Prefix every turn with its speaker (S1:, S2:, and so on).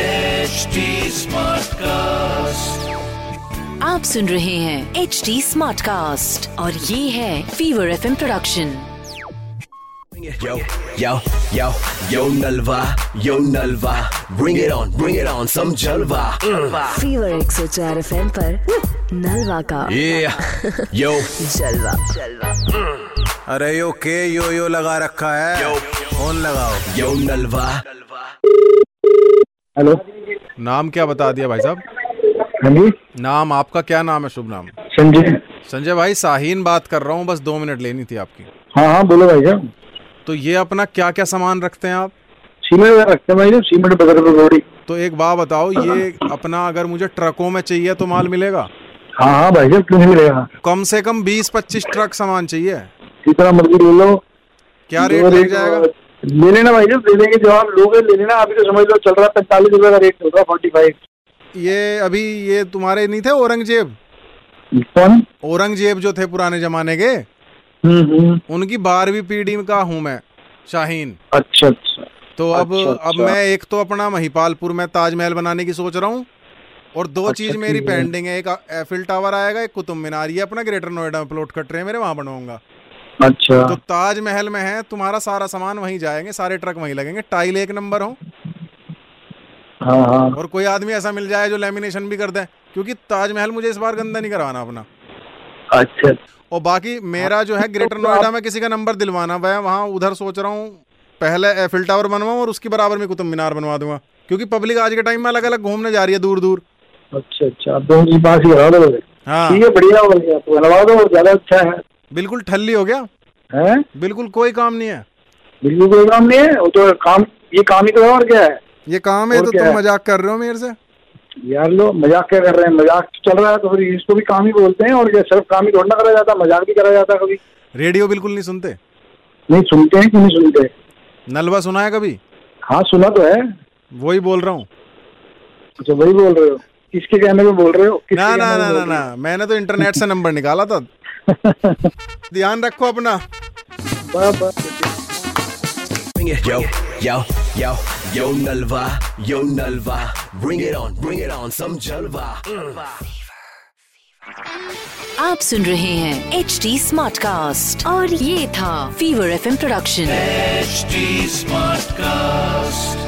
S1: HD Smartcast.
S2: आप सुन रहे हैं एच डी स्मार्ट कास्ट और ये है fever F production
S3: Yo, yo, yo, yo Nalva, yo Nalva, bring it on, bring it on, some Jalva. Mm.
S2: Fever एक सौ चार एफ एम नलवा का
S3: Yeah, yo,
S2: जलवा
S4: अरे यो के यो यो लगा रखा है
S3: Yo.
S4: फोन लगाओ
S3: yo Nalva,
S5: हेलो
S4: नाम क्या बता दिया भाई साहब
S5: हाँ जी
S4: नाम आपका क्या नाम है शुभ नाम
S5: संजय
S4: संजय भाई शाहीन बात कर रहा हूँ बस दो मिनट लेनी थी आपकी
S5: हाँ हाँ बोलो भाई साहब
S4: तो ये अपना क्या क्या सामान रखते हैं आप
S5: सीमेंट वगैरह रखते हैं भाई साहब सीमेंट बगैर पकौड़ी
S4: तो एक बात बताओ ये अपना अगर मुझे ट्रकों में चाहिए तो माल मिलेगा
S5: हाँ हाँ भाई साहब क्यों नहीं मिलेगा
S4: कम से कम बीस पच्चीस ट्रक सामान चाहिए
S5: कितना मर्जी ले लो
S4: क्या रेट
S5: जो
S4: लग जाएगा
S5: ले लेना भाई साहब ले लेंगे जवाब लोगे ले लेना अभी तो समझ लो चल रहा है पैंतालीस रुपए का रेट चल रहा है फोर्टी फाइव
S4: ये अभी ये तुम्हारे नहीं थे औरंगजेब
S5: कौन
S4: औरंगजेब जो थे पुराने जमाने के
S5: हम्म हम्म
S4: उनकी बारहवीं पीढ़ी का हूँ मैं शाहीन
S5: अच्छा अच्छा
S4: तो अब
S5: अच्छा,
S4: अब
S5: अच्छा।
S4: मैं एक तो अपना महिपालपुर में ताजमहल बनाने की सोच रहा हूँ और दो चीज मेरी
S5: अच्छा, ठीक है।
S4: पेंडिंग है एक एफिल टावर आएगा एक कुतुब मीनार ये अपना ग्रेटर नोएडा में प्लॉट कट रहे हैं मेरे वहां बनवाऊंगा
S5: अच्छा
S4: तो ताजमहल में है तुम्हारा सारा सामान वहीं जाएंगे सारे ट्रक वहीं लगेंगे टाइल एक नंबर हो तो-
S5: हाँ हाँ
S4: और कोई आदमी ऐसा मिल जाए जो लेमिनेशन भी कर दे क्योंकि ताजमहल मुझे इस बार गंदा नहीं करवाना अपना
S5: अच्छा
S4: और बाकी मेरा जो है
S5: हाँ,
S4: ग्रेटर
S5: तो
S4: नोएडा में किसी का नंबर दिलवाना मैं वहाँ उधर सोच रहा हूँ पहले एफिल टावर बनवाऊँ और उसके बराबर में कुतुब मीनार बनवा दूंगा क्योंकि पब्लिक आज के टाइम में अलग अलग घूमने जा रही है दूर दूर
S5: अच्छा अच्छा आप दोनों की पास ही करा दो
S4: हाँ
S5: ठीक है बढ़िया हो गया तो बनवा दो और ज्यादा अच्छा है
S4: बिल्कुल ठल्ली हो गया
S5: हैं
S4: बिल्कुल कोई काम नहीं है
S5: बिल्कुल कोई काम नहीं है वो तो काम ये काम ही करो और क्या है
S4: ये काम है
S5: और
S4: तो
S5: क्या
S4: तुम
S5: है?
S4: मजाक कर रहे हो मेरे से
S5: यार लो मजाक क्या कर रहे हैं मजाक चल रहा है तो फिर इसको भी काम ही बोलते हैं और क्या सिर्फ काम ही थोड़ा ना करा जाता मजाक भी करा जाता कभी
S4: रेडियो बिल्कुल नहीं सुनते
S5: नहीं सुनते हैं क्यों नहीं सुनते
S4: नलवा सुना है कभी
S5: हाँ सुना तो है
S4: वही बोल रहा हूँ
S5: अच्छा वही बोल रहे हो किसके कहने पे बोल रहे हो किसके
S4: ना ना
S5: कहने
S4: ना
S5: पे
S4: ना
S5: बोल रहे
S4: ना मैंने तो इंटरनेट से नंबर निकाला था ध्यान रखो अपना
S5: हो? बस, बस।
S3: bring it, yo, yo, yo, yo Nalva, yo Nalva, bring it on, bring it on, some Jalva.
S2: आप सुन रहे हैं एच डी स्मार्ट कास्ट और ये था fever F production
S1: HD Smartcast.